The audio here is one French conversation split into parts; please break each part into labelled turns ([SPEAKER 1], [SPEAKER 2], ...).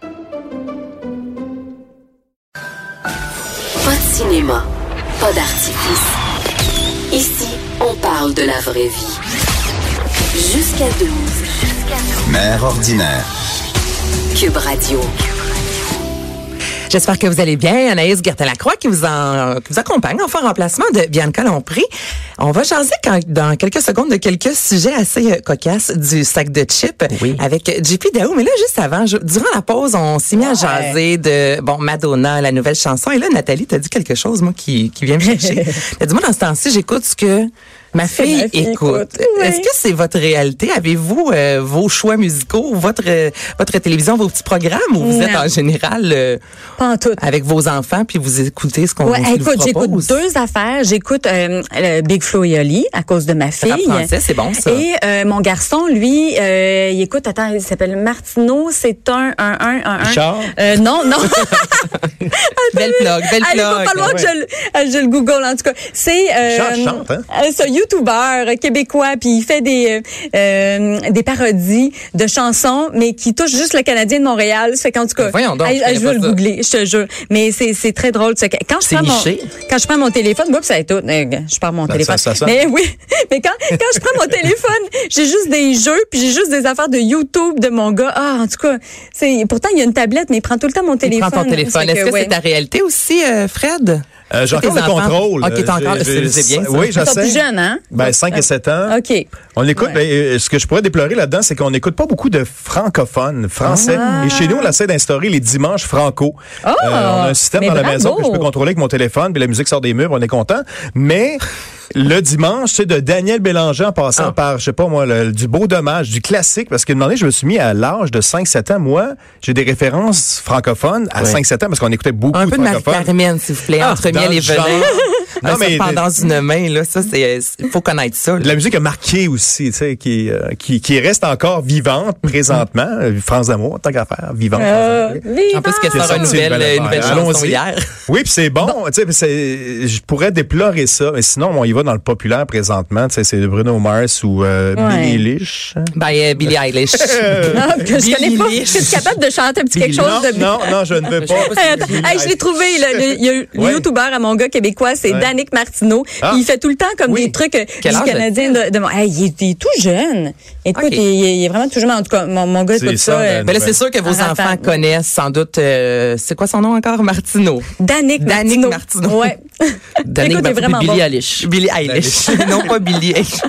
[SPEAKER 1] Pas de cinéma, pas d'artifice. Ici, on parle de la vraie vie. Jusqu'à 12.
[SPEAKER 2] Mère ordinaire.
[SPEAKER 1] Cube Radio.
[SPEAKER 3] J'espère que vous allez bien. Anaïs Gertin-Lacroix qui vous en, qui vous accompagne, enfin, en remplacement de Bianca Lompré. On va jaser quand- dans quelques secondes de quelques sujets assez euh, cocasses du sac de chips
[SPEAKER 4] Oui.
[SPEAKER 3] avec JP Daou. Mais là, juste avant, je- durant la pause, on s'est mis à jaser de, bon, Madonna, la nouvelle chanson. Et là, Nathalie, t'as dit quelque chose, moi, qui, qui vient me chercher. T'as dit, moi, dans ce temps-ci, j'écoute ce que ma fille,
[SPEAKER 4] ma fille
[SPEAKER 3] écoute.
[SPEAKER 4] écoute. Oui.
[SPEAKER 3] Est-ce que c'est votre réalité? Avez-vous euh, vos choix musicaux, votre, euh, votre télévision, vos petits programmes ou vous êtes
[SPEAKER 4] Non.
[SPEAKER 3] en général, euh,
[SPEAKER 4] Pas en tout.
[SPEAKER 3] avec vos enfants puis vous écoutez ce qu'on
[SPEAKER 4] Ouais,
[SPEAKER 3] ce qu'ils
[SPEAKER 4] écoute,
[SPEAKER 3] vous
[SPEAKER 4] j'écoute
[SPEAKER 3] propose.
[SPEAKER 4] deux affaires. J'écoute euh, le Big Flo et Oli à cause de ma fille.
[SPEAKER 3] rap français, c'est bon, ça.
[SPEAKER 4] Et euh, mon garçon, lui, euh, il écoute, attends, il s'appelle Martino, c'est un, un, un,
[SPEAKER 3] Hein?
[SPEAKER 4] un, un.
[SPEAKER 5] Richard?
[SPEAKER 4] Euh, non, non.
[SPEAKER 3] Belle plug, belle
[SPEAKER 4] Allez, faut
[SPEAKER 3] plug.
[SPEAKER 4] pas loin que je, le- euh, je le google, en tout cas. C'est, euh,
[SPEAKER 5] Richard chante, hein?
[SPEAKER 4] euh, c'est un YouTuber québécois, puis il fait des, euh, euh, des parodies de chansons, mais qui touchent juste le Canadien de Montréal. Ça Fait qu'en tout cas,
[SPEAKER 3] Mais Ben voyons donc,
[SPEAKER 4] allez,
[SPEAKER 3] je connais
[SPEAKER 4] je veux
[SPEAKER 3] pas
[SPEAKER 4] le
[SPEAKER 3] ça.
[SPEAKER 4] googler, je te jure. Mais c'est, c'est très drôle. tu sais, Quand je
[SPEAKER 5] C'est
[SPEAKER 4] prends mon,
[SPEAKER 5] niché.
[SPEAKER 4] quand je prends mon téléphone, oups, ça est je perds mon
[SPEAKER 5] Ben,
[SPEAKER 4] téléphone.
[SPEAKER 5] ça- ça sonne.
[SPEAKER 4] mais oui, mais quand, quand je prends mon téléphone, j'ai juste des jeux, puis j'ai juste des affaires de YouTube de mon gars. Ah, en tout cas, c'est, pourtant, il y a une tablette, mais il prend tout le temps mon
[SPEAKER 3] Il
[SPEAKER 4] téléphone.
[SPEAKER 3] prend ton
[SPEAKER 4] Ça
[SPEAKER 3] téléphone.
[SPEAKER 4] fait
[SPEAKER 3] Est-ce que
[SPEAKER 4] ouais.
[SPEAKER 3] c'est ta réalité aussi, euh, Fred?
[SPEAKER 5] Euh, j'ai
[SPEAKER 3] Tes
[SPEAKER 5] encore le
[SPEAKER 3] enfants?
[SPEAKER 5] contrôle. euh,
[SPEAKER 3] Ok, t'as encore,
[SPEAKER 5] J'ai-
[SPEAKER 3] c'est
[SPEAKER 5] j'ai-
[SPEAKER 3] c'est bien. ça.
[SPEAKER 5] Oui,
[SPEAKER 4] Ils sont
[SPEAKER 5] j'essaie.
[SPEAKER 4] plus jeunes, hein?
[SPEAKER 5] Ben, 5 et 7
[SPEAKER 3] Ah,
[SPEAKER 5] ans.
[SPEAKER 4] OK.
[SPEAKER 5] On écoute,
[SPEAKER 4] Ouais.
[SPEAKER 5] ben, euh, ce que je pourrais déplorer là-dedans, c'est qu'on n'écoute pas beaucoup de francophones français.
[SPEAKER 3] Ah.
[SPEAKER 5] Et chez nous, on essaie d'instaurer les dimanches franco.
[SPEAKER 3] Oh!
[SPEAKER 5] Euh,
[SPEAKER 4] Ah!
[SPEAKER 5] on a un système
[SPEAKER 4] Mais
[SPEAKER 5] dans la
[SPEAKER 4] bravo!
[SPEAKER 5] maison que je peux contrôler avec mon téléphone, puis la musique sort des murs, on est content. Mais le dimanche, c'est de Daniel Bélanger en passant
[SPEAKER 3] Ah.
[SPEAKER 5] par, je sais pas moi, le- du beau dommage, du classique, parce qu'une année, je me suis mis à l'âge de 5-7 ans. Moi, j'ai des références francophones à
[SPEAKER 3] Ouais.
[SPEAKER 5] 5-7 ans, parce qu'on écoutait beaucoup
[SPEAKER 3] Un peu de
[SPEAKER 5] francophones.
[SPEAKER 3] Marie-Carmen, s'il vous plaît,
[SPEAKER 5] Ah,
[SPEAKER 3] entre
[SPEAKER 5] dans
[SPEAKER 3] miel et
[SPEAKER 5] le genre.
[SPEAKER 3] venin.
[SPEAKER 5] Non,
[SPEAKER 3] Non,
[SPEAKER 5] mais-
[SPEAKER 3] mais. dans une main, là. Ça, c'est, il faut connaître ça. là.
[SPEAKER 5] La musique a marqué aussi, tu sais, qui, euh, qui, qui reste encore vivante présentement. Euh, France d'amour, tant qu'à faire, vivante. France
[SPEAKER 4] Mhm. Euh,
[SPEAKER 5] d'amour.
[SPEAKER 3] En plus,
[SPEAKER 4] vivant.
[SPEAKER 3] qu'elle
[SPEAKER 5] Qui est
[SPEAKER 3] sort une
[SPEAKER 5] sorti
[SPEAKER 3] nouvelle,
[SPEAKER 5] le
[SPEAKER 3] une nouvelle
[SPEAKER 5] Valère.
[SPEAKER 3] chanson
[SPEAKER 5] Allons-y.
[SPEAKER 3] hier.
[SPEAKER 5] Oui, puis c'est bon, tu sais, puis c'est- je pourrais déplorer ça, mais sinon, on y va dans le populaire présentement, tu sais, c'est Bruno Mars ou euh,
[SPEAKER 4] Ouais.
[SPEAKER 5] Billie Eilish.
[SPEAKER 3] Ben, euh, Billie Eilish.
[SPEAKER 4] Ah, que je connais pas. Je suis capable de chanter un petit quelque chose de.
[SPEAKER 5] non, non, non, je ne veux pas.
[SPEAKER 4] Hey, attends. Hey, je l'ai trouvé. là. Le, il y a eu le
[SPEAKER 5] Ouais.
[SPEAKER 4] youtubeur à mon gars québécois, c'est
[SPEAKER 5] Ouais.
[SPEAKER 4] Danick Martineau.
[SPEAKER 5] Ah.
[SPEAKER 4] Il fait tout le temps comme
[SPEAKER 5] Oui.
[SPEAKER 4] des trucs euh,
[SPEAKER 3] Quel
[SPEAKER 4] du
[SPEAKER 3] âge
[SPEAKER 4] Canadien. De, de mon- Hey, il, est, il est tout jeune. Écoute,
[SPEAKER 3] Ok.
[SPEAKER 4] il, est- il est vraiment tout jeune. En tout cas, mon, mon gars
[SPEAKER 5] C'est
[SPEAKER 4] écoute
[SPEAKER 5] ça,
[SPEAKER 4] ça. euh,
[SPEAKER 3] Mais là, c'est sûr que vos
[SPEAKER 4] Ah,
[SPEAKER 3] enfants
[SPEAKER 4] attends.
[SPEAKER 3] connaissent sans doute, euh, c'est quoi son nom encore? Martino.
[SPEAKER 4] Danick
[SPEAKER 3] Danick
[SPEAKER 4] Martineau.
[SPEAKER 3] Martineau.
[SPEAKER 4] Ouais.
[SPEAKER 3] Danick
[SPEAKER 4] Écoute, il est
[SPEAKER 3] Martineau,
[SPEAKER 4] vraiment
[SPEAKER 3] Billie
[SPEAKER 4] bon.
[SPEAKER 6] Eilish.
[SPEAKER 3] Billie Eilish. non pas Billie Eilish.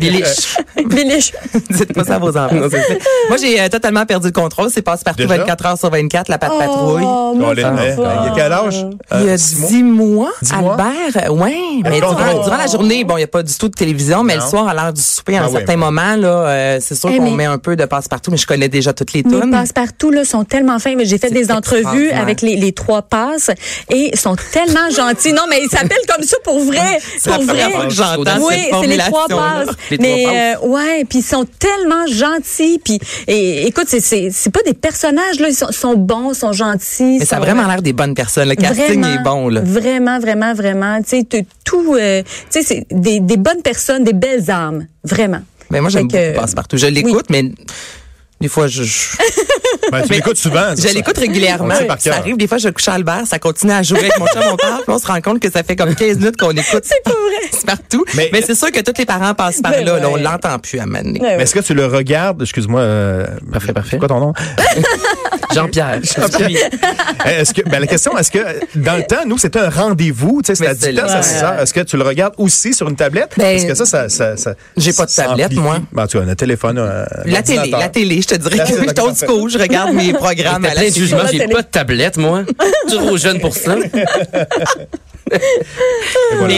[SPEAKER 3] Billie Eilish.
[SPEAKER 4] Billie-
[SPEAKER 3] Dites pas ça à vos enfants. s'il vous plaît. Moi, j'ai euh, totalement perdu le contrôle. C'est passe-partout
[SPEAKER 5] Déjà?
[SPEAKER 3] 24 heures sur 24, la patte
[SPEAKER 4] Oh,
[SPEAKER 3] patrouille.
[SPEAKER 4] mon
[SPEAKER 5] Colin, hein,
[SPEAKER 4] enfant.
[SPEAKER 5] Il y a quel âge?
[SPEAKER 3] Il y a
[SPEAKER 5] Euh, six mois?
[SPEAKER 3] 10 mois,
[SPEAKER 5] Dix mois?
[SPEAKER 3] Albert. Oui, mais
[SPEAKER 5] contrôle.
[SPEAKER 3] durant, durant la journée, bon, il n'y a pas du tout de télévision, mais
[SPEAKER 5] Non.
[SPEAKER 3] le soir, à l'heure du souper, à
[SPEAKER 5] Ah
[SPEAKER 3] un
[SPEAKER 5] oui,
[SPEAKER 3] certain
[SPEAKER 5] mais-
[SPEAKER 3] moment, là, euh, c'est sûr
[SPEAKER 4] Eh,
[SPEAKER 3] qu'on
[SPEAKER 4] mais-
[SPEAKER 3] met un peu de passe-partout, mais je connais déjà toutes les
[SPEAKER 4] Mes
[SPEAKER 3] tunes.
[SPEAKER 4] passe-partout là sont tellement fins. Mais j'ai fait des entrevues
[SPEAKER 3] extraordinaire.
[SPEAKER 4] avec les, les trois passes et ils sont tellement gentils. Non, mais ils s'appellent comme ça pour vrai, pour
[SPEAKER 3] la
[SPEAKER 4] vrai.
[SPEAKER 3] première fois que j'entends
[SPEAKER 4] Ben Oui,
[SPEAKER 3] cette
[SPEAKER 4] c'est les trois
[SPEAKER 3] formulation-là.
[SPEAKER 4] passes.
[SPEAKER 6] Les trois
[SPEAKER 4] mais euh, ouais, puis ils sont tellement gentils. Puis et, écoute, c'est c'est c'est pas des personnages là, ils sont, sont bons, sont gentils.
[SPEAKER 3] Mais ça a
[SPEAKER 4] sont-
[SPEAKER 3] vraiment l'air des bonnes personnes. Le casting
[SPEAKER 4] Vraiment,
[SPEAKER 3] est bon, là.
[SPEAKER 4] Vraiment, vraiment, vraiment. Tu sais, t'as tout, euh, tu sais, c'est des, des bonnes personnes, des belles âmes. Vraiment.
[SPEAKER 3] Mais moi, j'aime
[SPEAKER 4] Fait que-
[SPEAKER 3] beaucoup passe-partout. Je l'écoute, mais des fois, je, je,
[SPEAKER 5] Ben, tu l'écoutes souvent. c'est
[SPEAKER 3] je
[SPEAKER 5] ça.
[SPEAKER 3] l'écoute régulièrement.
[SPEAKER 5] On le sait par
[SPEAKER 3] Ça
[SPEAKER 5] cœur.
[SPEAKER 3] arrive, des fois, je couche à Albert, ça continue à jouer avec mon chat, mon père, puis on se rend compte que ça fait comme 15 minutes qu'on écoute
[SPEAKER 4] C'est pas vrai.
[SPEAKER 3] partout.
[SPEAKER 5] Mais-
[SPEAKER 3] Mais, c'est sûr que tous les parents passent par là.
[SPEAKER 4] Mais
[SPEAKER 3] là, on
[SPEAKER 4] ouais.
[SPEAKER 3] l'entend plus à Mané.
[SPEAKER 4] Ouais,
[SPEAKER 5] Mais est-ce que tu le regardes? Excuse-moi. euh,
[SPEAKER 6] Parfait, parfait.
[SPEAKER 5] C'est quoi ton nom?
[SPEAKER 6] Jean-Pierre.
[SPEAKER 5] est-ce que, ben, la question, est-ce que dans le temps, nous, c'était un rendez-vous, tu sais, c'était
[SPEAKER 3] Mais
[SPEAKER 5] à
[SPEAKER 3] c'est
[SPEAKER 5] 10 ans,
[SPEAKER 3] là.
[SPEAKER 5] ça, c'est ça. Est-ce que tu le regardes aussi sur une tablette?
[SPEAKER 3] Ben,
[SPEAKER 5] Est-ce que ça, ça, ça, ça-
[SPEAKER 3] j'ai pas de
[SPEAKER 5] ça
[SPEAKER 3] tablette,
[SPEAKER 5] amplifie?
[SPEAKER 3] moi.
[SPEAKER 5] Ben, tu as un téléphone, un
[SPEAKER 3] La télé, la télé, je te dirais
[SPEAKER 5] La
[SPEAKER 3] que
[SPEAKER 5] télé,
[SPEAKER 3] je
[SPEAKER 5] d'accord,
[SPEAKER 3] t'ose school, je regarde mes programmes à la
[SPEAKER 6] Plein de
[SPEAKER 3] télévision.
[SPEAKER 6] jugements,
[SPEAKER 4] la
[SPEAKER 6] j'ai
[SPEAKER 4] télé.
[SPEAKER 6] pas de tablette, moi. Trop jeune pour ça.
[SPEAKER 5] Mais,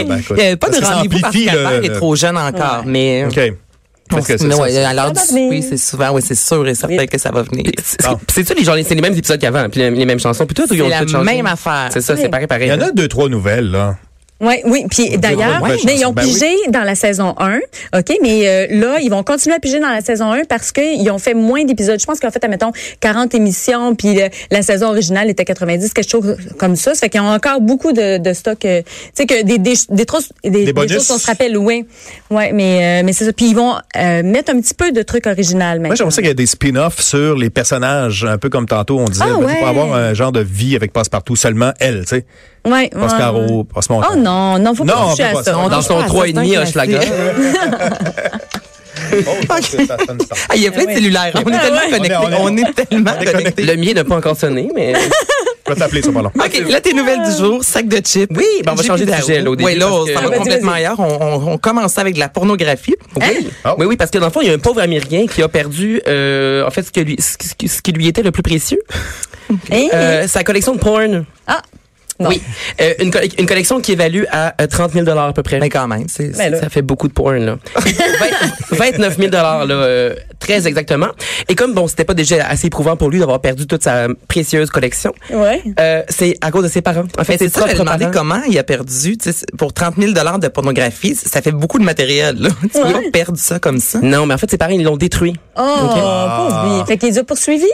[SPEAKER 3] Ben,
[SPEAKER 5] ben,
[SPEAKER 3] Euh, pas de rendez-vous parce qu'Albert est trop jeune encore, mais
[SPEAKER 5] OK. Peut-être que c'est
[SPEAKER 3] Non,
[SPEAKER 5] ça.
[SPEAKER 3] ouais, à l'heure
[SPEAKER 4] Ça
[SPEAKER 3] du
[SPEAKER 4] va venir.
[SPEAKER 3] souper, c'est souvent, oui, c'est sûr et certain
[SPEAKER 4] Vite.
[SPEAKER 3] que ça va venir. C'est
[SPEAKER 6] C'est- C'est ça, les, gens- c'est les mêmes épisodes qu'avant, puis les, les mêmes chansons, puis tout, ou ils ont
[SPEAKER 3] Ah. la
[SPEAKER 6] tout changé?
[SPEAKER 3] même affaire.
[SPEAKER 6] C'est ça, c'est pareil, pareil.
[SPEAKER 5] Il y
[SPEAKER 3] euh,
[SPEAKER 5] en a deux, trois nouvelles, là.
[SPEAKER 4] Oui, oui. Puis d'ailleurs,
[SPEAKER 5] ouais,
[SPEAKER 4] mais ils
[SPEAKER 5] chanson.
[SPEAKER 4] ont
[SPEAKER 5] Ben oui.
[SPEAKER 4] pigé dans la saison 1, OK? Mais euh, là, ils vont continuer à piger dans la saison 1 parce qu'ils ont fait moins d'épisodes. Je pense qu'ils ont fait, admettons, 40 émissions, puis le- la saison originale était 90, quelque chose comme ça. Ça fait qu'ils ont encore beaucoup de, de stock. euh, tu sais, que des, des, des, trous- des,
[SPEAKER 5] bonus.
[SPEAKER 4] choses qu'on se rappelle, oui. Ouais, mais, euh, mais c'est ça. Puis ils vont euh, mettre un petit peu de trucs originaux
[SPEAKER 5] Moi,
[SPEAKER 4] maintenant.
[SPEAKER 5] j'aimerais ça qu'il y ait des spin-offs sur les personnages, un peu comme tantôt, on disait.
[SPEAKER 4] Ah,
[SPEAKER 5] ben, tu
[SPEAKER 4] ouais.
[SPEAKER 5] peux avoir un genre de vie avec Passepartout, seulement elle, tu sais.
[SPEAKER 4] Ouais,
[SPEAKER 5] Passe
[SPEAKER 4] ouais, ouais.
[SPEAKER 5] Caro, Passe Montant.
[SPEAKER 4] Oh non, non, faut
[SPEAKER 5] Non,
[SPEAKER 4] pas
[SPEAKER 5] on
[SPEAKER 4] toucher
[SPEAKER 5] peut
[SPEAKER 4] à
[SPEAKER 5] pas
[SPEAKER 4] ça.
[SPEAKER 5] ça.
[SPEAKER 6] Dans son
[SPEAKER 3] Ah,
[SPEAKER 6] 3,5
[SPEAKER 3] c'est un
[SPEAKER 6] Hochelaga.
[SPEAKER 3] classique.
[SPEAKER 5] Oh, ça, c'est- ça sonne ça.
[SPEAKER 3] Ah, il y a plein de
[SPEAKER 4] Ah, ouais.
[SPEAKER 3] cellulaires. On est tellement connectés.
[SPEAKER 5] On est- on
[SPEAKER 3] On est tellement connectés.
[SPEAKER 6] Le mien n'a pas encore sonné, mais
[SPEAKER 5] Je vais t'appeler ça pas long.
[SPEAKER 3] OK, là, tes nouvelles du jour, sac de chips. Ah, Oui,
[SPEAKER 6] ben, on va changer de sujet, là, au début,
[SPEAKER 3] Oui, là,
[SPEAKER 6] parce que-
[SPEAKER 3] ça
[SPEAKER 6] Ah,
[SPEAKER 3] va
[SPEAKER 6] vas-y,
[SPEAKER 3] complètement ailleurs. On, on, on commence avec de la pornographie.
[SPEAKER 6] oui.
[SPEAKER 5] Oh.
[SPEAKER 6] oui, oui, parce que dans le fond, il y a un pauvre Américain qui a perdu, euh, en fait, ce, que lui, ce, qui- ce qui lui était le plus précieux,
[SPEAKER 4] Hein?
[SPEAKER 6] euh, sa collection de porn.
[SPEAKER 4] Ah, bon.
[SPEAKER 6] Oui, Euh, une, colle- une collection qui évalue à euh, 30 000 à peu près.
[SPEAKER 3] Mais quand même, c'est...
[SPEAKER 4] Ben là.
[SPEAKER 6] Ça fait beaucoup de porn, là. Vingt- 29 000 là, euh, très exactement. Et comme, bon, c'était pas déjà assez éprouvant pour lui d'avoir perdu toute sa précieuse collection,
[SPEAKER 4] Ouais.
[SPEAKER 6] euh, c'est à cause de ses parents. En fait,
[SPEAKER 3] Mais Ben, c'est
[SPEAKER 6] ses
[SPEAKER 3] ça, je me
[SPEAKER 6] propres
[SPEAKER 3] demandais
[SPEAKER 6] parents.
[SPEAKER 3] comment il a perdu, tu sais, pour 30 000 de pornographie, ça fait beaucoup de matériel, là. Tu peux pas perdre ça comme ça.
[SPEAKER 6] Non, mais en fait, ses parents, ils l'ont détruit.
[SPEAKER 4] Oh, pauvre lui. Fait qu'il les a poursuivis?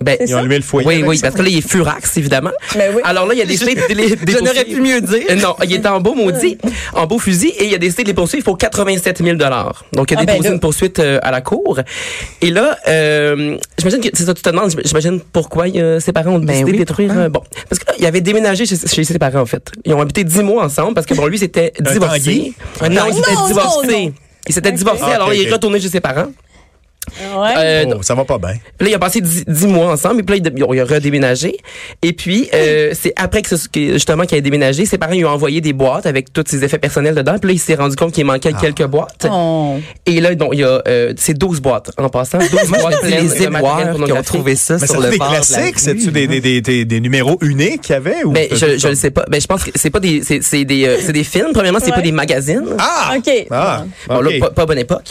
[SPEAKER 6] Ben,
[SPEAKER 4] C'est
[SPEAKER 5] Ils ont
[SPEAKER 4] ça?
[SPEAKER 5] allumé le foyer.
[SPEAKER 6] oui,
[SPEAKER 5] avec
[SPEAKER 6] oui,
[SPEAKER 5] ça.
[SPEAKER 6] parce que là, il est furax, évidemment.
[SPEAKER 4] Ben oui.
[SPEAKER 6] Alors là, il a décidé de les de les
[SPEAKER 3] Je n'aurais
[SPEAKER 6] poursuivre.
[SPEAKER 3] pu mieux dire.
[SPEAKER 6] Euh, Non, il était en beau maudit, en beau fusil, et il a décidé de les poursuivre pour 87 000 Donc, il a
[SPEAKER 4] Ah, ben
[SPEAKER 6] déposé
[SPEAKER 4] là.
[SPEAKER 6] une poursuite euh, à la cour. Et là, euh, j'imagine que, c'est ça, tu te demandes, j'im- j'imagine pourquoi euh, ses parents ont
[SPEAKER 3] Ben
[SPEAKER 6] décidé
[SPEAKER 3] oui,
[SPEAKER 6] de détruire.
[SPEAKER 4] Ah.
[SPEAKER 3] pourquoi?
[SPEAKER 6] euh, bon, parce que là, il avait déménagé chez, chez ses parents, en fait. Ils ont habité 10 mois ensemble, parce que, bon, lui, c'était
[SPEAKER 5] Un
[SPEAKER 6] divorcé.
[SPEAKER 5] tanguy.
[SPEAKER 6] non, il s'était
[SPEAKER 4] Ah Non, non,
[SPEAKER 6] divorcé.
[SPEAKER 4] non.
[SPEAKER 6] Il s'était divorcé,
[SPEAKER 5] Ah,
[SPEAKER 6] alors
[SPEAKER 5] ok,
[SPEAKER 6] il est
[SPEAKER 5] ok.
[SPEAKER 6] retourné chez ses parents.
[SPEAKER 4] Ouais.
[SPEAKER 6] Euh,
[SPEAKER 5] Oh, ça va pas bien.
[SPEAKER 6] puis Là, il a passé dix dix mois ensemble, et puis là, il, a- il a redéménagé. Et puis, euh, c'est après que, ce- que, justement qu'il a déménagé, ses parents lui ont envoyé des boîtes avec tous ses effets personnels dedans. Puis là, il s'est rendu compte qu'il manquait
[SPEAKER 3] Ah.
[SPEAKER 6] quelques boîtes.
[SPEAKER 4] Oh.
[SPEAKER 6] Et là, donc, il y a, euh, c'est 12 boîtes en passant. 12 boîtes
[SPEAKER 3] C'est
[SPEAKER 6] pleines
[SPEAKER 3] les
[SPEAKER 6] de matériel
[SPEAKER 3] éboueurs qui ont
[SPEAKER 6] pornographique.
[SPEAKER 3] trouvé ça
[SPEAKER 5] Mais
[SPEAKER 3] sur
[SPEAKER 5] c'est
[SPEAKER 3] le
[SPEAKER 5] des
[SPEAKER 3] bord de la
[SPEAKER 5] classiques,
[SPEAKER 3] rue.
[SPEAKER 5] c'est-tu des, des, des, des, des numéros uniques qu'il y avait? Ou
[SPEAKER 6] hein. Ben,
[SPEAKER 5] c'est
[SPEAKER 6] je,
[SPEAKER 5] juste
[SPEAKER 6] je le
[SPEAKER 5] ça?
[SPEAKER 6] sais pas. Ben, je pense que c'est pas des, c'est, c'est des, euh, c'est des films. Premièrement, c'est
[SPEAKER 4] Ouais.
[SPEAKER 6] pas des magazines.
[SPEAKER 5] Ah!
[SPEAKER 4] OK.
[SPEAKER 5] Ah!
[SPEAKER 6] Bon, là,
[SPEAKER 5] ok.
[SPEAKER 6] pas, pas bonne époque.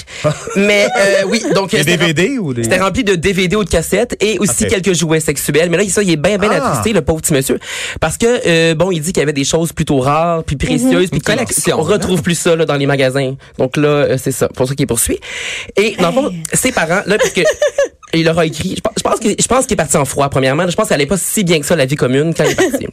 [SPEAKER 6] Mais, euh, oui, donc. euh,
[SPEAKER 5] Des
[SPEAKER 6] c'était-
[SPEAKER 5] DVD ou des.
[SPEAKER 6] C'était rempli de DVD ou de cassettes et aussi
[SPEAKER 5] Ok.
[SPEAKER 6] quelques jouets sexuels. Mais là, ça, il est bien, bien
[SPEAKER 5] Ah.
[SPEAKER 6] attristé, le pauvre petit monsieur. Parce que, euh, bon, il dit qu'il y avait des choses plutôt rares, puis précieuses, puis
[SPEAKER 3] Une collection,
[SPEAKER 6] On retrouve plus ça là, dans les magasins. Donc là, euh, c'est ça. Pour ça qu'il poursuit. Et dans le fond, ses parents, là, parce que... Il leur a écrit. Je pense- je pense que je pense qu'il est parti en froid. Premièrement, je pense qu'elle allait pas si bien que ça la vie commune quand il est parti.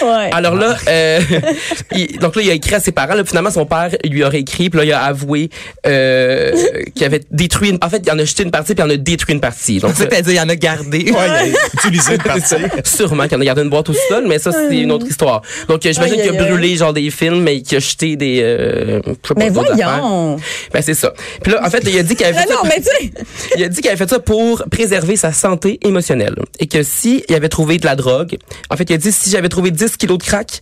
[SPEAKER 4] Ouais.
[SPEAKER 6] Alors là, euh, il- donc là, il a écrit à ses parents. Là, finalement, son père lui aurait écrit. Puis là, il a avoué euh, qu'il avait détruit. Une, en fait, il en a jeté une partie, puis il en a détruit une partie. Donc, euh, ça,
[SPEAKER 3] C'est-à-dire, il y en a gardé.
[SPEAKER 5] Ouais, il a utilisé une partie.
[SPEAKER 6] sûrement qu'il en a gardé une boîte au sol, mais ça, c'est une autre histoire. Donc, euh, j'imagine
[SPEAKER 4] Aïe,
[SPEAKER 6] qu'il a
[SPEAKER 4] aïe,
[SPEAKER 6] brûlé genre des films et qu'il a jeté des. Euh, je sais pas,
[SPEAKER 4] Mais
[SPEAKER 6] d'autres
[SPEAKER 4] voyons.
[SPEAKER 6] affaires. Ben c'est ça. Puis là, en fait, il a dit qu'il avait.
[SPEAKER 4] Ah
[SPEAKER 6] fait
[SPEAKER 4] non,
[SPEAKER 6] ça-
[SPEAKER 4] mais tu sais.
[SPEAKER 6] il a dit qu'il avait fait ça pour préserver sa santé émotionnelle et que si il avait trouvé de la drogue, en fait, il a dit si j'avais trouvé 10 kilos de crack,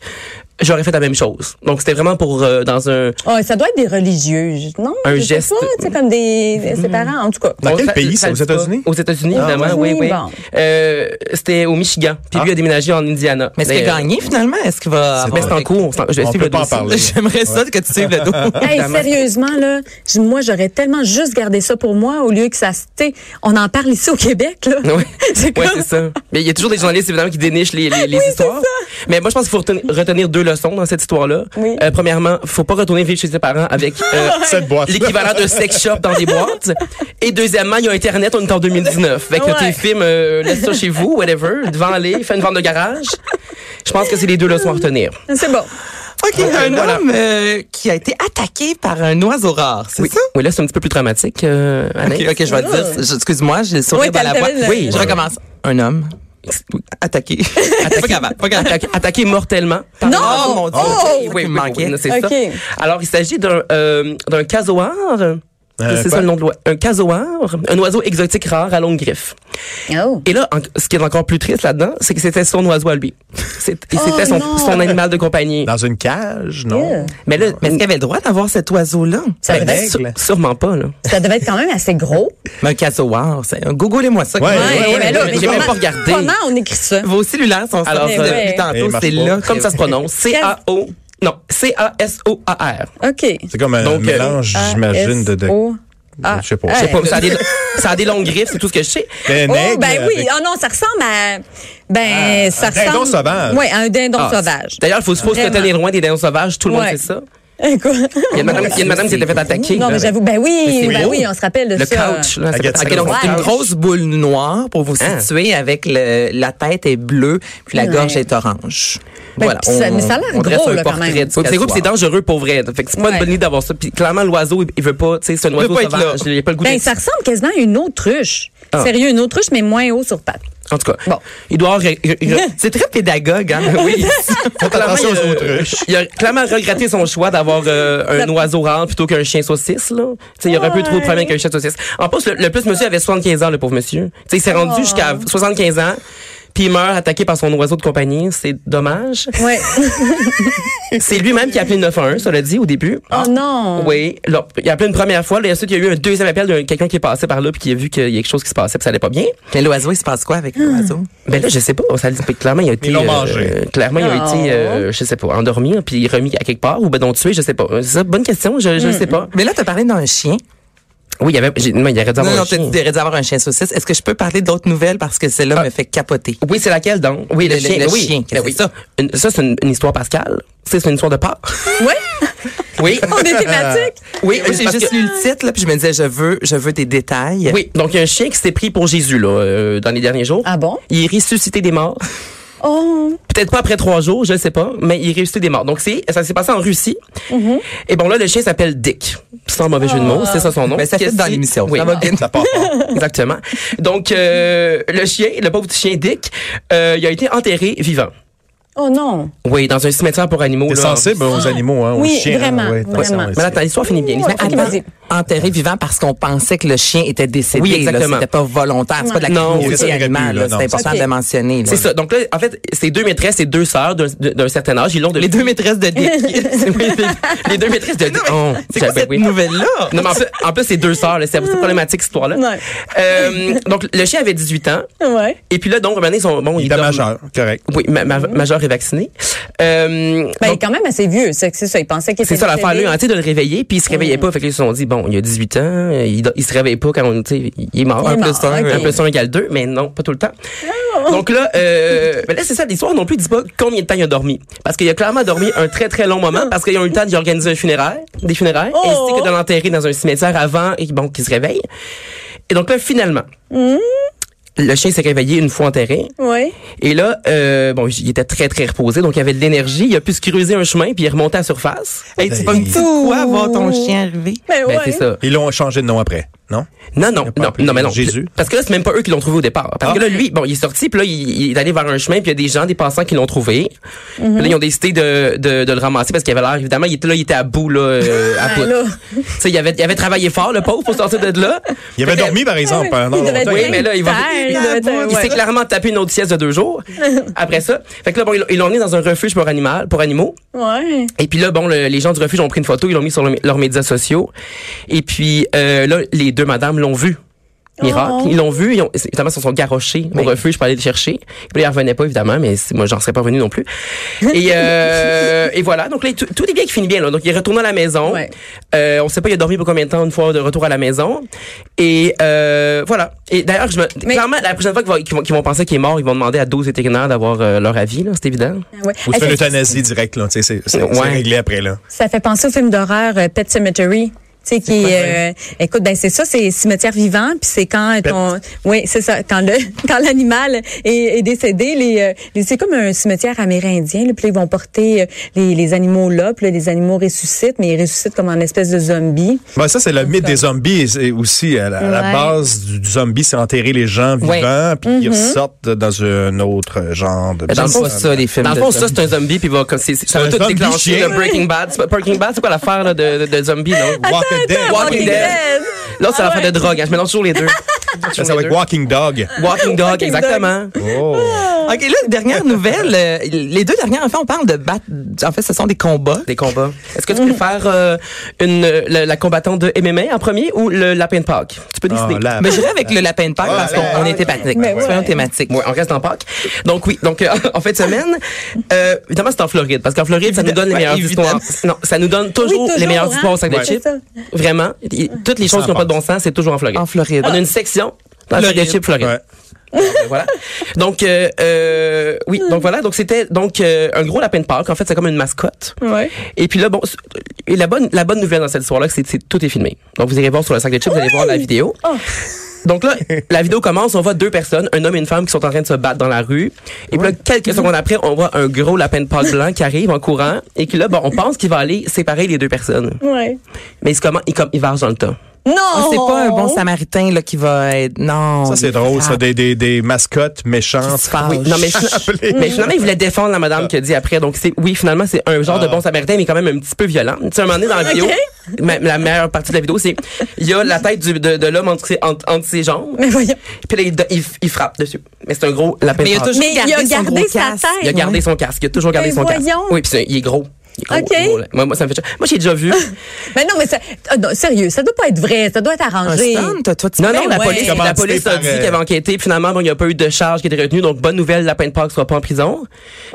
[SPEAKER 6] j'aurais fait la même chose. Donc c'était vraiment pour euh, dans un
[SPEAKER 4] Ouais, ça doit être des religieux, je- non?
[SPEAKER 6] Un
[SPEAKER 4] je sais
[SPEAKER 6] geste.
[SPEAKER 4] Pas, tu sais, comme des, des- ses parents, en tout cas.
[SPEAKER 5] Dans
[SPEAKER 6] on
[SPEAKER 5] quel
[SPEAKER 6] sa-
[SPEAKER 5] pays, ça,
[SPEAKER 6] le
[SPEAKER 5] aux
[SPEAKER 6] dit
[SPEAKER 5] États-Unis?
[SPEAKER 6] pas. Aux États-Unis,
[SPEAKER 4] Ah,
[SPEAKER 6] évidemment, oui,
[SPEAKER 4] États-Unis,
[SPEAKER 6] oui.
[SPEAKER 4] bon.
[SPEAKER 6] Euh, c'était au Michigan. Puis
[SPEAKER 5] Ah.
[SPEAKER 6] lui a déménagé en Indiana.
[SPEAKER 3] Mais est-ce qu'il Ah, a
[SPEAKER 6] euh,
[SPEAKER 3] gagné, finalement? Est-ce qu'il va...
[SPEAKER 6] Mais
[SPEAKER 3] avoir-
[SPEAKER 6] c'est en cours. c'est en- Je vais
[SPEAKER 5] On
[SPEAKER 6] suivre
[SPEAKER 5] peut
[SPEAKER 6] le
[SPEAKER 5] pas en
[SPEAKER 6] dossier.
[SPEAKER 5] parler.
[SPEAKER 3] J'aimerais ça que tu suives le dos.
[SPEAKER 4] Hey, sérieusement, là, j- moi, j'aurais tellement juste gardé ça pour moi au lieu que ça se. tu sais, On en parle ici au Québec, là.
[SPEAKER 6] Ouais.
[SPEAKER 4] C'est
[SPEAKER 6] Ouais,
[SPEAKER 4] comme-
[SPEAKER 6] c'est ça. Mais il y a toujours des journalistes, évidemment, qui dénichent les, les, les histoires. Mais moi, je pense qu'il faut retenir, retenir deux leçons dans cette histoire-là.
[SPEAKER 4] Oui.
[SPEAKER 6] Euh, premièrement, faut pas retourner vivre chez ses parents avec euh,
[SPEAKER 5] Cette boîte.
[SPEAKER 6] l'équivalent de sex shop dans des boîtes. Et deuxièmement, il y a Internet, on est en 2019. Fait que
[SPEAKER 4] Ouais.
[SPEAKER 6] tes films, euh, laisse ça chez vous, whatever, devant-les, fais une vente de garage. Je pense que c'est les deux leçons à retenir.
[SPEAKER 4] C'est bon.
[SPEAKER 3] OK, un
[SPEAKER 6] voilà.
[SPEAKER 3] homme euh, qui a été attaqué par un oiseau rare, c'est
[SPEAKER 6] Oui.
[SPEAKER 3] ça?
[SPEAKER 6] oui, là, c'est un petit peu plus dramatique, euh, Anaïs.
[SPEAKER 3] OK, OK, je vais te dire. je- Excuse-moi, j'ai le sourire
[SPEAKER 4] Oui,
[SPEAKER 3] dans la
[SPEAKER 4] t'as-
[SPEAKER 3] voix.
[SPEAKER 4] t'avais le-
[SPEAKER 3] Oui, je
[SPEAKER 4] Ouais.
[SPEAKER 3] recommence. Un homme attaqué. attaqué. Pas capable, pas capable.
[SPEAKER 6] attaqué, attaqué mortellement. par
[SPEAKER 4] Non!
[SPEAKER 6] un oiseau, mon Dieu.
[SPEAKER 4] Oh!
[SPEAKER 6] Oui, oui, oui,
[SPEAKER 3] Manquait.
[SPEAKER 6] oui, c'est ça.
[SPEAKER 4] Ok.
[SPEAKER 6] Alors, il s'agit d'un euh, d'un casoar. c'est
[SPEAKER 5] quoi?
[SPEAKER 6] ça le nom de l'oi- Un casoar, un oiseau exotique rare à longue griffe.
[SPEAKER 4] Oh.
[SPEAKER 6] Et là, en- ce qui est encore plus triste là-dedans, c'est que c'était son oiseau à lui. C'est- et C'était
[SPEAKER 4] Oh, non.
[SPEAKER 6] son, son animal de compagnie.
[SPEAKER 5] Dans une cage, non?
[SPEAKER 4] Yeah.
[SPEAKER 6] Mais là,
[SPEAKER 3] Mais est-ce
[SPEAKER 6] mais-
[SPEAKER 3] qu'il avait le droit d'avoir cet oiseau-là?
[SPEAKER 4] Ça
[SPEAKER 6] ben,
[SPEAKER 4] devait,
[SPEAKER 5] règle.
[SPEAKER 4] être,
[SPEAKER 6] sû- sûrement pas, là.
[SPEAKER 4] ça devait être quand même assez gros.
[SPEAKER 3] Mais un casoar, c'est un googlez-moi ça.
[SPEAKER 5] Ouais,
[SPEAKER 4] Ouais, mais là, mais
[SPEAKER 6] j'ai même
[SPEAKER 4] comment-
[SPEAKER 6] pas regardé.
[SPEAKER 4] Comment on écrit ça?
[SPEAKER 3] Vos cellulaires sont
[SPEAKER 6] Alors,
[SPEAKER 3] sortis
[SPEAKER 6] ça-
[SPEAKER 3] depuis
[SPEAKER 5] Eh,
[SPEAKER 3] tantôt,
[SPEAKER 5] marche
[SPEAKER 3] c'est
[SPEAKER 5] pas.
[SPEAKER 3] là.
[SPEAKER 6] Comme ça se prononce. C-A-O. Non, C-A-S-O-A-R.
[SPEAKER 4] OK.
[SPEAKER 5] C'est comme un
[SPEAKER 6] Donc, euh,
[SPEAKER 5] mélange, j'imagine, de, de
[SPEAKER 4] A-S-O. Ah.
[SPEAKER 5] Je sais pas.
[SPEAKER 6] Je sais
[SPEAKER 4] Ouais.
[SPEAKER 6] pas, mais ça a, des, ça a des longues griffes, c'est tout ce que je sais.
[SPEAKER 5] Mais
[SPEAKER 4] Oh,
[SPEAKER 5] nègre,
[SPEAKER 4] ben oui.
[SPEAKER 5] avec-
[SPEAKER 4] Oh non, ça ressemble à. Ben,
[SPEAKER 5] Ah,
[SPEAKER 4] ça
[SPEAKER 5] un
[SPEAKER 4] ressemble.
[SPEAKER 5] dindon sauvage.
[SPEAKER 4] Oui, un dindon
[SPEAKER 6] Ah,
[SPEAKER 4] sauvage.
[SPEAKER 6] D'ailleurs, il faut, faut se
[SPEAKER 4] Vraiment.
[SPEAKER 6] tenir loin des dinosaures sauvages, tout le monde
[SPEAKER 4] Ouais.
[SPEAKER 6] sait ça.
[SPEAKER 4] Quoi?
[SPEAKER 6] Il y a une madame, il y a une madame qui s'était fait attaquer.
[SPEAKER 4] Non,
[SPEAKER 6] là,
[SPEAKER 4] mais j'avoue. Ben oui,
[SPEAKER 6] c'est
[SPEAKER 4] ben
[SPEAKER 6] gros.
[SPEAKER 4] oui, on se rappelle de
[SPEAKER 6] Le
[SPEAKER 4] ça.
[SPEAKER 6] couch, là. ça
[SPEAKER 5] Agathe
[SPEAKER 6] s'appelle-
[SPEAKER 5] Saint-Laurent.
[SPEAKER 6] Ok, donc,
[SPEAKER 3] C'est
[SPEAKER 6] c'est
[SPEAKER 3] une
[SPEAKER 4] Ouais.
[SPEAKER 3] grosse boule noire pour vous
[SPEAKER 6] Hein?
[SPEAKER 3] situer avec le- la tête est bleue puis la
[SPEAKER 4] Ouais.
[SPEAKER 3] gorge est orange.
[SPEAKER 4] Ben, puis ça- mais ça a l'air
[SPEAKER 3] on dresse
[SPEAKER 4] gros,
[SPEAKER 3] un
[SPEAKER 4] là, quand
[SPEAKER 3] portrait
[SPEAKER 4] même.
[SPEAKER 3] du
[SPEAKER 6] Oui, puis c'est gros, puis c'est
[SPEAKER 3] cassoir.
[SPEAKER 6] dangereux pour vrai. Fait que c'est pas
[SPEAKER 4] Ouais.
[SPEAKER 6] une bonne idée d'avoir ça. Puis clairement, l'oiseau, il- il veut pas, tu sais, c'est un
[SPEAKER 5] veut
[SPEAKER 6] oiseau
[SPEAKER 5] pas être
[SPEAKER 6] sauvage.
[SPEAKER 5] là.
[SPEAKER 6] Il a pas le goût
[SPEAKER 4] Ben,
[SPEAKER 6] d'être-
[SPEAKER 4] ça ressemble quasiment à une autruche.
[SPEAKER 6] Ah.
[SPEAKER 4] Sérieux, une autruche, mais moins haut sur pattes.
[SPEAKER 6] En tout cas,
[SPEAKER 4] Bon.
[SPEAKER 6] il doit avoir... re- re- re-
[SPEAKER 3] C'est très pédagogue, hein?
[SPEAKER 6] Oui.
[SPEAKER 5] attention
[SPEAKER 6] Clairement,
[SPEAKER 5] aux
[SPEAKER 6] il a-
[SPEAKER 5] autruches.
[SPEAKER 6] Il a clairement regretté son choix d'avoir euh, un oiseau râle plutôt qu'un chien saucisse. Là. Tu sais, Il y aurait un peu trop de problèmes avec un chien saucisse. En plus, le, le plus monsieur avait 75 ans, le pauvre monsieur. Tu sais, il s'est rendu jusqu'à 75 ans, puis il meurt attaqué par son oiseau de compagnie. C'est dommage.
[SPEAKER 4] Ouais.
[SPEAKER 6] C'est lui-même qui a appelé le 911, ça l'a dit au début. Ah.
[SPEAKER 4] Oh non.
[SPEAKER 6] Oui, là, il a appelé une première fois, là, et ensuite il y a eu un deuxième appel de quelqu'un qui est passé par là puis qui a vu qu'il y a quelque chose qui se passait, puis ça allait pas bien.
[SPEAKER 3] Mais l'oiseau, il se passe quoi avec l'oiseau?
[SPEAKER 4] Ah.
[SPEAKER 6] Ben là, je sais pas. Ça le dit, clairement, il a été.
[SPEAKER 5] l'ont
[SPEAKER 6] euh,
[SPEAKER 5] mangé.
[SPEAKER 6] euh, clairement, il a
[SPEAKER 4] Oh.
[SPEAKER 6] été, euh, je sais pas, endormi, puis remis à quelque part, ou ben donc tué, je sais pas. C'est ça, bonne question, je,
[SPEAKER 4] Hmm.
[SPEAKER 6] je sais pas.
[SPEAKER 3] Mais là, tu as parlé d'un chien.
[SPEAKER 6] Oui, il y avait. j'ai- Non, il aurait dû
[SPEAKER 3] Non,
[SPEAKER 6] avoir un
[SPEAKER 3] non, tu
[SPEAKER 6] chien.
[SPEAKER 3] aurais dû avoir un chien saucisse. Est-ce que je peux parler d'autres nouvelles parce que celle-là
[SPEAKER 6] Ah.
[SPEAKER 3] me fait capoter?
[SPEAKER 6] Oui, c'est laquelle donc? Oui, le,
[SPEAKER 3] Le- le-
[SPEAKER 6] chien.
[SPEAKER 3] le
[SPEAKER 6] oui.
[SPEAKER 3] chien,
[SPEAKER 6] Ben
[SPEAKER 3] qu'est-ce
[SPEAKER 6] oui.
[SPEAKER 3] que c'est ça?
[SPEAKER 6] Ça, une- ça c'est une, une histoire pascale. C'est c'est une histoire de part.
[SPEAKER 4] Ouais.
[SPEAKER 6] Oui.
[SPEAKER 4] On est thématique.
[SPEAKER 6] oui,
[SPEAKER 3] Moi,
[SPEAKER 6] c'est
[SPEAKER 3] J'ai
[SPEAKER 6] parce
[SPEAKER 3] juste
[SPEAKER 6] que-
[SPEAKER 3] lu le titre, là, puis je me disais, je veux, je veux des détails.
[SPEAKER 6] Oui, donc il y a un chien qui s'est pris pour Jésus là euh, dans les derniers jours.
[SPEAKER 4] Ah bon?
[SPEAKER 6] Il est ressuscité des morts.
[SPEAKER 4] Oh.
[SPEAKER 6] Peut-être pas après trois jours, je sais pas, mais il est ressuscité des morts. Donc c'est ça s'est passé en Russie.
[SPEAKER 3] Mm-hmm.
[SPEAKER 6] Et bon là le chien s'appelle Dick. Sans mauvais jeu de mots, c'est ça son
[SPEAKER 3] Mais
[SPEAKER 6] nom.
[SPEAKER 3] Ah. Ben, ça fait
[SPEAKER 6] Qu'est-ce
[SPEAKER 3] dans
[SPEAKER 6] qui-
[SPEAKER 3] l'émission.
[SPEAKER 6] Oui.
[SPEAKER 3] Ça va bien.
[SPEAKER 5] Ça part fort.
[SPEAKER 6] Exactement. Donc euh, le chien, le pauvre petit chien Dick, euh, il a été enterré vivant.
[SPEAKER 4] Oh non.
[SPEAKER 6] Oui, dans un cimetière pour animaux.
[SPEAKER 5] T'es
[SPEAKER 6] là.
[SPEAKER 5] sensible aux animaux, hein, aux
[SPEAKER 4] Oui,
[SPEAKER 5] chiens. hein,
[SPEAKER 4] vraiment,
[SPEAKER 5] ouais, attention,
[SPEAKER 4] vraiment.
[SPEAKER 5] ouais,
[SPEAKER 6] Mais
[SPEAKER 5] c'est-
[SPEAKER 6] attends, l'histoire finit bien.
[SPEAKER 4] Ouais,
[SPEAKER 6] L'histoire
[SPEAKER 4] faut qu'il
[SPEAKER 6] finit
[SPEAKER 4] me
[SPEAKER 6] bien.
[SPEAKER 4] dise.
[SPEAKER 3] Enterré vivant parce qu'on pensait que le chien était décédé.
[SPEAKER 6] Oui,
[SPEAKER 3] là.
[SPEAKER 6] exactement.
[SPEAKER 3] C'était pas volontaire. C'est pas de la
[SPEAKER 6] Non,
[SPEAKER 5] c'est ça,
[SPEAKER 3] cruauté
[SPEAKER 5] il aurait
[SPEAKER 3] animale.
[SPEAKER 5] pu, là.
[SPEAKER 3] là.
[SPEAKER 5] Non,
[SPEAKER 3] C'est important
[SPEAKER 4] c'est-
[SPEAKER 3] de le mentionner. là.
[SPEAKER 6] C'est ça. Donc là, en fait, ces deux maîtresses et deux sœurs d'un- d'un certain âge, ils l'ont de
[SPEAKER 3] Les deux maîtresses de Dick.
[SPEAKER 6] les deux maîtresses de Dick. Oh,
[SPEAKER 3] C'est quoi
[SPEAKER 6] ben
[SPEAKER 3] cette
[SPEAKER 6] oui.
[SPEAKER 3] nouvelle-là?
[SPEAKER 6] Non, mais en plus, en plus, c'est deux sœurs, là, c'est c'est problématique cette histoire-là.
[SPEAKER 4] Ouais.
[SPEAKER 6] Euh, donc, le chien avait 18 ans.
[SPEAKER 4] Ouais.
[SPEAKER 6] Et puis là, donc, revenez, son, bon,
[SPEAKER 5] Il
[SPEAKER 6] il
[SPEAKER 5] était
[SPEAKER 6] dort-
[SPEAKER 5] majeur, correct.
[SPEAKER 6] Oui, ma- ma- majeur est vacciné. Euh,
[SPEAKER 4] Ben, il est
[SPEAKER 6] donc,
[SPEAKER 4] quand même assez vieux, c'est c'est ça. Il pensait qu'il
[SPEAKER 6] c'est
[SPEAKER 4] était
[SPEAKER 6] ça l'affaire, là, ils ont
[SPEAKER 4] décédé.
[SPEAKER 6] tenté de le réveiller, puis il se
[SPEAKER 4] Mm.
[SPEAKER 6] réveillait pas. Fait que là, ils se sont dit, bon, il a 18 ans, il, do- il se réveille pas quand on, tu sais, il est mort.
[SPEAKER 4] Il est mort,
[SPEAKER 6] plus un,
[SPEAKER 4] ok. Oh.
[SPEAKER 6] un plus un égale deux, mais non, pas tout le temps. Donc là, euh, ben là, c'est ça, l'histoire non plus dit pas combien de temps il a dormi. Parce qu'il a clairement dormi un très très long moment, parce qu'ils ont eu le temps d'y organiser un funéraire, des funérailles,
[SPEAKER 4] Oh!
[SPEAKER 6] ainsi que de l'enterrer dans un cimetière avant, et bon, qu'il se réveille. Et donc là, finalement,
[SPEAKER 4] Mm.
[SPEAKER 6] le chien s'est réveillé une fois enterré.
[SPEAKER 4] Ouais.
[SPEAKER 6] Et là, euh, bon, il était très, très reposé, donc il avait de l'énergie. Il a pu se creuser un chemin, puis il est remonté à la surface.
[SPEAKER 3] Hey, tu pas me dire quoi voir ton chien arriver?
[SPEAKER 4] Ben,
[SPEAKER 6] Ben,
[SPEAKER 4] ouais.
[SPEAKER 6] c'est ça.
[SPEAKER 5] Ils l'ont changé de nom après, non?
[SPEAKER 6] Non, non,
[SPEAKER 5] Il a pas
[SPEAKER 6] non,
[SPEAKER 5] appelé
[SPEAKER 6] non, mais non.
[SPEAKER 5] Jésus. Ah.
[SPEAKER 6] Parce que là, c'est même pas eux qui l'ont trouvé au départ. Parce que là, lui, bon, il est sorti, puis là, il, il est allé vers un chemin, puis il y a des gens, des passants qui l'ont trouvé.
[SPEAKER 4] Mhm.
[SPEAKER 6] Puis là, ils ont décidé de, de, de le ramasser parce qu'il avait l'air, évidemment, il était là, il était à bout, là, euh, à
[SPEAKER 4] Ah,
[SPEAKER 6] bout.
[SPEAKER 4] là.
[SPEAKER 6] Tu sais, il avait, il avait travaillé fort, le pauvre, pour sortir de là.
[SPEAKER 5] Il avait
[SPEAKER 6] Fait que-
[SPEAKER 5] dormi, par exemple,
[SPEAKER 4] Ah oui,
[SPEAKER 5] pendant
[SPEAKER 4] il devait
[SPEAKER 5] longtemps.
[SPEAKER 4] être
[SPEAKER 6] Oui,
[SPEAKER 4] Terre,
[SPEAKER 6] mais là, il va.
[SPEAKER 4] terre,
[SPEAKER 6] il
[SPEAKER 4] euh, terre,
[SPEAKER 6] il
[SPEAKER 4] ouais.
[SPEAKER 6] s'est clairement tapé une autre sieste de deux jours après ça. Fait que là, bon, ils l'ont- ils l'ont emmené dans un refuge pour, animal, pour animaux.
[SPEAKER 4] Ouais.
[SPEAKER 6] Et puis là, bon, le- les gens du refuge ont pris une photo, ils l'ont mis sur le- leurs médias sociaux. Et puis euh, là, les deux madames l'ont vu. Miracle.
[SPEAKER 4] Oh.
[SPEAKER 6] Ils l'ont vu, ils ont, évidemment, ils se sont garochés au
[SPEAKER 3] Oui.
[SPEAKER 6] refuge pour aller le chercher. Puis là, ils revenaient pas, évidemment, mais c'est- moi, j'en serais pas venu non plus. Et, euh, et voilà. Donc, là, tout, tout est bien qui finit bien, là. Donc, il est retourné à la maison.
[SPEAKER 4] Ouais.
[SPEAKER 6] Euh, on sait pas, il a dormi pour combien de temps une fois de retour à la maison. Et, euh, voilà. Et d'ailleurs, je me,
[SPEAKER 4] Mais-
[SPEAKER 6] clairement, la prochaine fois qu'ils vont, qu'ils vont, qu'ils vont penser qu'il est mort, ils vont demander à 12 vétérinaires d'avoir euh, leur avis, là. C'est évident.
[SPEAKER 4] Ouais.
[SPEAKER 5] Ou
[SPEAKER 4] Hey,
[SPEAKER 5] tu fais
[SPEAKER 4] ça-
[SPEAKER 5] l'euthanasie direct, là. tu sais, C'est c'est- c'est
[SPEAKER 6] Ouais.
[SPEAKER 5] réglé après, là.
[SPEAKER 4] Ça fait penser au film d'horreur euh, Pet Cemetery. Tu sais, qui, euh, écoute, ben c'est ça, c'est cimetière vivant, puis c'est quand ton, oui, c'est ça, quand le, quand l'animal est, est décédé, les, euh, les- c'est comme un cimetière amérindien, là, puis là, ils vont porter euh, les, les animaux là, puis là, les animaux ressuscitent, mais ils ressuscitent comme en espèce de zombie.
[SPEAKER 5] Bon, Ben, ça, c'est le mythe des zombies c'est aussi. À la, à la
[SPEAKER 4] Ouais.
[SPEAKER 5] base du, du zombie, c'est enterrer les gens vivants,
[SPEAKER 3] Ouais.
[SPEAKER 5] puis ils
[SPEAKER 6] Mm-hmm.
[SPEAKER 5] ressortent dans un autre genre de...
[SPEAKER 3] Dans le fond, ça, les films.
[SPEAKER 6] Dans le
[SPEAKER 3] de
[SPEAKER 6] fond,
[SPEAKER 3] ça.
[SPEAKER 6] ça, c'est un zombie, puis il va, comme, c'est- c'est- ça
[SPEAKER 5] un
[SPEAKER 6] va tout
[SPEAKER 5] zombie
[SPEAKER 6] déclencher.
[SPEAKER 5] chien.
[SPEAKER 6] Le Breaking Bad. C'est pas- Breaking Bad, c'est quoi l'affaire, là, de, de, de zombie, là?
[SPEAKER 5] Walk a Dead.
[SPEAKER 3] Ah,
[SPEAKER 6] Walking
[SPEAKER 4] Walking
[SPEAKER 6] Dead.
[SPEAKER 4] Dead.
[SPEAKER 6] L'autre, c'est
[SPEAKER 5] Ah
[SPEAKER 6] l'affaire de drogue. hein. Je mélange toujours les deux.
[SPEAKER 5] Ça, ça va être Walking Dog.
[SPEAKER 6] Walking Dog,
[SPEAKER 4] Walking
[SPEAKER 6] exactement.
[SPEAKER 5] Oh.
[SPEAKER 3] OK, là, dernière nouvelle. euh, les deux dernières, en fait, on parle de battre. En fait, ce sont des combats.
[SPEAKER 6] Des combats. Est-ce que tu préfères euh, une, euh, la, la combattante de MMA en premier ou le lapin de Pâques? Tu peux
[SPEAKER 5] Ah,
[SPEAKER 6] décider.
[SPEAKER 5] la-
[SPEAKER 3] Mais j'irai avec le lapin de Pâques
[SPEAKER 5] Ah,
[SPEAKER 3] parce
[SPEAKER 5] là,
[SPEAKER 3] qu'on on
[SPEAKER 5] ah,
[SPEAKER 3] est thématique.
[SPEAKER 4] Mais
[SPEAKER 3] Soyons
[SPEAKER 4] ouais.
[SPEAKER 3] thématiques.
[SPEAKER 6] Ouais, on reste en Pâques. Donc oui, donc euh, en fin de semaine, euh, évidemment c'est en Floride parce qu'en Floride ça nous donne les
[SPEAKER 3] Ouais,
[SPEAKER 6] meilleures
[SPEAKER 3] évidemment.
[SPEAKER 6] histoires. Non, ça nous donne toujours,
[SPEAKER 4] Oui, toujours,
[SPEAKER 6] les meilleures
[SPEAKER 4] hein?
[SPEAKER 6] histoires au sac de
[SPEAKER 4] Ouais.
[SPEAKER 6] chips.
[SPEAKER 4] C'est ça.
[SPEAKER 6] Vraiment, Il- toutes les choses qui n'ont pas de bon sens, c'est toujours en Floride.
[SPEAKER 3] En Floride.
[SPEAKER 6] On a une section dans le sac de
[SPEAKER 3] Floride.
[SPEAKER 6] chips Floride.
[SPEAKER 5] Ouais.
[SPEAKER 6] Euh, voilà. Donc euh, euh, oui, donc voilà, donc c'était donc euh, un gros lapin de Pâques. En fait, c'est comme une mascotte.
[SPEAKER 4] Ouais.
[SPEAKER 6] Et puis là, bon, c- et la bonne, la bonne nouvelle dans cette histoire-là, c'est que tout est filmé. Donc vous irez voir sur le sac de chips, vous allez voir la vidéo.
[SPEAKER 4] Oh.
[SPEAKER 6] Donc là, la vidéo commence, on voit deux personnes, un homme et une femme qui sont en train de se battre dans la rue. Et puis là, quelques secondes après, on voit un gros lapin de pâte blanc qui arrive en courant et qui là, bon, on pense qu'il va aller séparer les deux personnes.
[SPEAKER 4] Ouais.
[SPEAKER 6] Mais il, se commen- il, comme, il verse dans le tas.
[SPEAKER 4] Non!
[SPEAKER 3] Ah, c'est pas un bon samaritain là, qui va être. Non.
[SPEAKER 5] Ça, c'est
[SPEAKER 3] il
[SPEAKER 5] drôle, ça,
[SPEAKER 3] frappe,
[SPEAKER 5] des, des, des mascottes
[SPEAKER 3] il
[SPEAKER 5] méchantes.
[SPEAKER 3] se fâche.
[SPEAKER 6] Oui, non, mais, fina-
[SPEAKER 5] Appelé.
[SPEAKER 6] mais finalement, il voulait défendre la madame qui a dit après. Donc, c'est, oui, finalement, c'est un genre de bon samaritain, mais quand même un petit peu violent. Tu sais, à un moment donné, dans la vidéo, ma- la meilleure partie de la vidéo, c'est, il y a la tête du- de, de l'homme entre ses, entre, entre ses jambes.
[SPEAKER 4] Mais voyons.
[SPEAKER 6] Puis là, il, do- il, f- il frappe dessus. Mais c'est un gros lapin
[SPEAKER 3] Mais il
[SPEAKER 6] de
[SPEAKER 3] a
[SPEAKER 6] pâte.
[SPEAKER 3] toujours
[SPEAKER 4] Mais il a
[SPEAKER 3] gardé, son
[SPEAKER 4] gardé
[SPEAKER 3] gros
[SPEAKER 4] sa
[SPEAKER 3] casque.
[SPEAKER 4] tête.
[SPEAKER 6] Il a gardé son casque. Il a toujours gardé
[SPEAKER 4] Mais
[SPEAKER 6] son casque.
[SPEAKER 4] voyons.
[SPEAKER 6] Oui, puis c'est- il est gros. Il est gros,
[SPEAKER 4] OK.
[SPEAKER 6] il est gros, là. moi, moi, ça me fait chier. Moi, j'ai déjà vu.
[SPEAKER 4] Mais non, mais ça, ah, non, sérieux, ça doit pas être vrai, ça doit être
[SPEAKER 3] Un
[SPEAKER 4] arrangé.
[SPEAKER 3] stand, toi, toi, tu
[SPEAKER 6] Non,
[SPEAKER 3] fais,
[SPEAKER 6] non, la
[SPEAKER 3] Ben ouais.
[SPEAKER 6] police, la
[SPEAKER 5] Commandité
[SPEAKER 6] police a
[SPEAKER 5] par,
[SPEAKER 6] dit
[SPEAKER 5] euh,
[SPEAKER 6] qu'elle avait enquêté. puis Finalement, bon, il n'y a pas eu de charge qui était retenue. Donc, bonne nouvelle, la peine de Pâques ne sera pas en prison.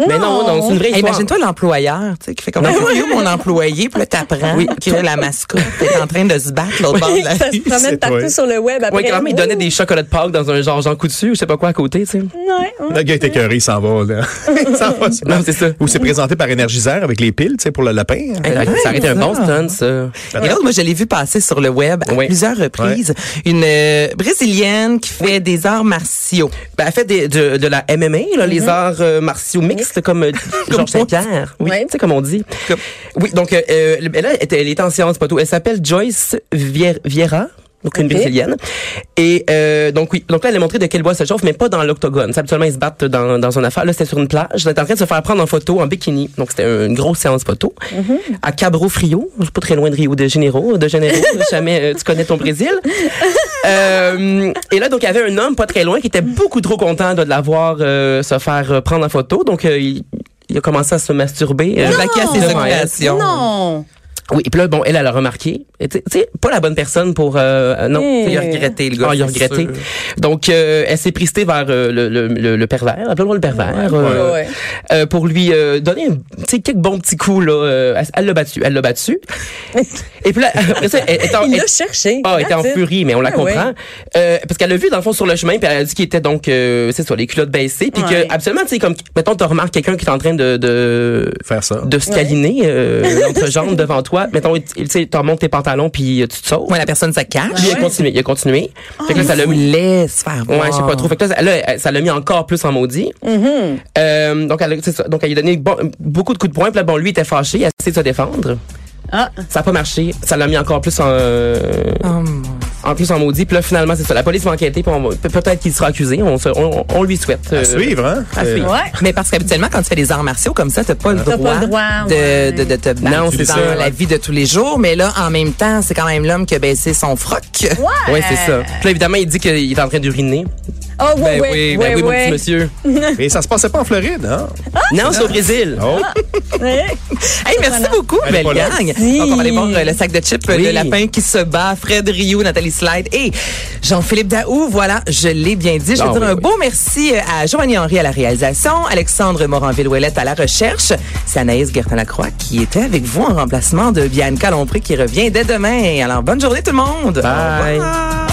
[SPEAKER 6] Mais non, non, c'est une vraie
[SPEAKER 3] Hey,
[SPEAKER 6] histoire.
[SPEAKER 3] Eh, Imagine-toi l'employeur, tu sais, qui fait comme oui, mon employé, puis là, t'apprends
[SPEAKER 6] Oui.
[SPEAKER 3] que la mascotte est en train de se battre l'autre bord de la
[SPEAKER 4] ça se
[SPEAKER 3] rue.
[SPEAKER 5] c'est
[SPEAKER 4] promène partout
[SPEAKER 5] toi.
[SPEAKER 4] sur le web après.
[SPEAKER 6] Oui, quand même, il donnait des chocolats de Pâques dans un genre Jean Coutu ou je sais pas quoi à côté, tu sais.
[SPEAKER 4] Ouais, ouais.
[SPEAKER 5] Le gars est écœuré, il s'en va, là. Il s'en va.
[SPEAKER 6] Non, c'est ça.
[SPEAKER 5] Ou c'est présenté par Énergiseur avec les piles, tu sais, pour le lapin.
[SPEAKER 6] Hey,
[SPEAKER 3] Ouais,
[SPEAKER 6] ça aurait été un
[SPEAKER 3] ça.
[SPEAKER 6] bon stunt, ça.
[SPEAKER 3] Et l'autre, moi, je l'ai vu passer sur le web à
[SPEAKER 6] Oui.
[SPEAKER 3] plusieurs reprises. Une euh, brésilienne qui fait des arts martiaux.
[SPEAKER 6] Ben, elle fait des- de, de la MMA, là, les arts euh, martiaux mixtes, comme euh, Georges Saint-Pierre. Oui,
[SPEAKER 4] Ouais.
[SPEAKER 6] tu sais, comme on dit. Oui, donc, euh, euh, elle, elle est- elle est en séance, pas tout. Elle s'appelle Joyce Vier- Vieira. Donc, une
[SPEAKER 4] Ok.
[SPEAKER 6] brésilienne. Et euh, donc, oui. Donc, là, elle a montré de quel bois elle se chauffe, mais pas dans l'octogone. Ça, Habituellement, ils se battent dans, dans une affaire. Là, c'était sur une plage. Elle était en train de se faire prendre en photo en bikini. Donc, c'était une grosse séance photo. À Cabo Frio. Je suis pas très loin de Rio de Janeiro. De Janeiro, si jamais euh, tu connais ton Brésil. Euh, et là, donc, il y avait un homme pas très loin qui était beaucoup trop content de la voir euh, se faire euh, prendre en photo. Donc, euh, il, il a commencé à se masturber. euh,
[SPEAKER 3] La casse des
[SPEAKER 6] devant elle.
[SPEAKER 3] occupations.
[SPEAKER 4] Non!
[SPEAKER 6] Oui, et puis là, bon, elle, elle a remarqué. Et Tu sais- tu sais, pas la bonne personne pour... euh, non,
[SPEAKER 3] Il a regretté, le gars.
[SPEAKER 6] Ah, il a
[SPEAKER 3] c'est sûr.
[SPEAKER 6] regretté. Donc, euh, elle s'est pristée vers euh, le, le, le, le pervers, appelons-le le pervers, euh,
[SPEAKER 4] ouais, ouais.
[SPEAKER 6] euh, pour lui euh, donner un- tu sais, quelques bons petits coups. Là, euh, elle- elle l'a battu, elle l'a battu. et puis là, après ça, elle, elle-
[SPEAKER 4] Il
[SPEAKER 6] elle-
[SPEAKER 4] l'a cherché.
[SPEAKER 6] ah, elle était en
[SPEAKER 4] That's it.
[SPEAKER 6] furie, mais on la
[SPEAKER 4] Ah, ouais.
[SPEAKER 6] comprend. Euh, parce qu'elle l'a vu, dans le fond, sur le chemin, puis elle a dit qu'il était donc, euh, c'est ça, les culottes baissées. Puis
[SPEAKER 4] Ouais.
[SPEAKER 6] que, absolument, tu sais, comme, mettons, tu remarques quelqu'un qui est en train de, de,
[SPEAKER 5] Faire ça.
[SPEAKER 6] de se câliner, euh, l'entrejambe devant toi. Mettons, il- il- tu sais, tu remontes tes pantalons, puis euh, tu te sauves.
[SPEAKER 3] Ouais, la personne, ça cache.
[SPEAKER 6] Lui, il a continué, il a continué.
[SPEAKER 4] Ah,
[SPEAKER 6] fait que là, ça l'a
[SPEAKER 3] le
[SPEAKER 6] mis.
[SPEAKER 3] laisse faire voir.
[SPEAKER 6] Ouais, je sais pas trop. Fait que là, ça- là, elle- ça l'a mis encore plus en maudit.
[SPEAKER 4] Mm-hmm.
[SPEAKER 6] Euh, donc, elle, a- c'est ça. donc, elle lui a donné bon- beaucoup de coups de poing. Puis là, bon, lui, il était fâché, il a essayé de se défendre.
[SPEAKER 4] Ah.
[SPEAKER 6] Ça a pas marché. Ça l'a mis encore plus en... euh,
[SPEAKER 3] Oh, mon-
[SPEAKER 6] en plus, en maudit. Puis là, finalement, c'est ça. La police va enquêter. Puis on va- pe- peut-être qu'il sera accusé. On, se- on, on lui souhaite. euh,
[SPEAKER 5] À suivre, hein?
[SPEAKER 6] à
[SPEAKER 5] Euh,
[SPEAKER 6] suivre.
[SPEAKER 4] Ouais.
[SPEAKER 3] Mais parce qu'habituellement, quand tu fais des arts martiaux comme ça, t'as pas le
[SPEAKER 4] T'as
[SPEAKER 3] droit,
[SPEAKER 4] pas le droit,
[SPEAKER 3] de,
[SPEAKER 4] ouais.
[SPEAKER 3] de, de te battre
[SPEAKER 6] Non, c'est
[SPEAKER 3] dans
[SPEAKER 6] ça,
[SPEAKER 3] la
[SPEAKER 6] ouais.
[SPEAKER 3] vie de tous les jours. Mais là, en même temps, c'est quand même l'homme qui a baissé son froc.
[SPEAKER 4] Ouais.
[SPEAKER 6] Ouais, c'est ça. Puis là, évidemment, il dit qu'il est en train d'uriner.
[SPEAKER 4] Ah, ouais,
[SPEAKER 6] Ben
[SPEAKER 4] ouais,
[SPEAKER 6] oui, ben
[SPEAKER 4] ouais,
[SPEAKER 6] oui, mon
[SPEAKER 4] ouais. Ah!
[SPEAKER 6] petit monsieur.
[SPEAKER 5] Et ça se passait pas en Floride, hein?
[SPEAKER 6] Non, c'est au Brésil.
[SPEAKER 5] Oh,
[SPEAKER 4] Ouais.
[SPEAKER 3] Hey, merci beaucoup,
[SPEAKER 5] Elle est
[SPEAKER 3] belle
[SPEAKER 5] pas là.
[SPEAKER 3] gang.
[SPEAKER 4] Merci.
[SPEAKER 3] Donc, on va aller voir euh, le sac de chips euh,
[SPEAKER 6] Oui.
[SPEAKER 3] de lapin qui se bat. Fred Rioux, Nathalie Slide et Jean-Philippe Daou. Voilà, je l'ai bien dit. Je vais
[SPEAKER 6] Ah,
[SPEAKER 3] dire
[SPEAKER 6] oui,
[SPEAKER 3] un
[SPEAKER 6] oui.
[SPEAKER 3] beau merci euh, à Joanie Henry à la réalisation, Alexandre Moranville-Ouellette à la recherche. C'est Anaïs Gertin-Lacroix qui était avec vous en remplacement de Bianca Lompré qui revient dès demain. Alors, bonne journée tout le monde.
[SPEAKER 6] Bye.
[SPEAKER 3] Au revoir.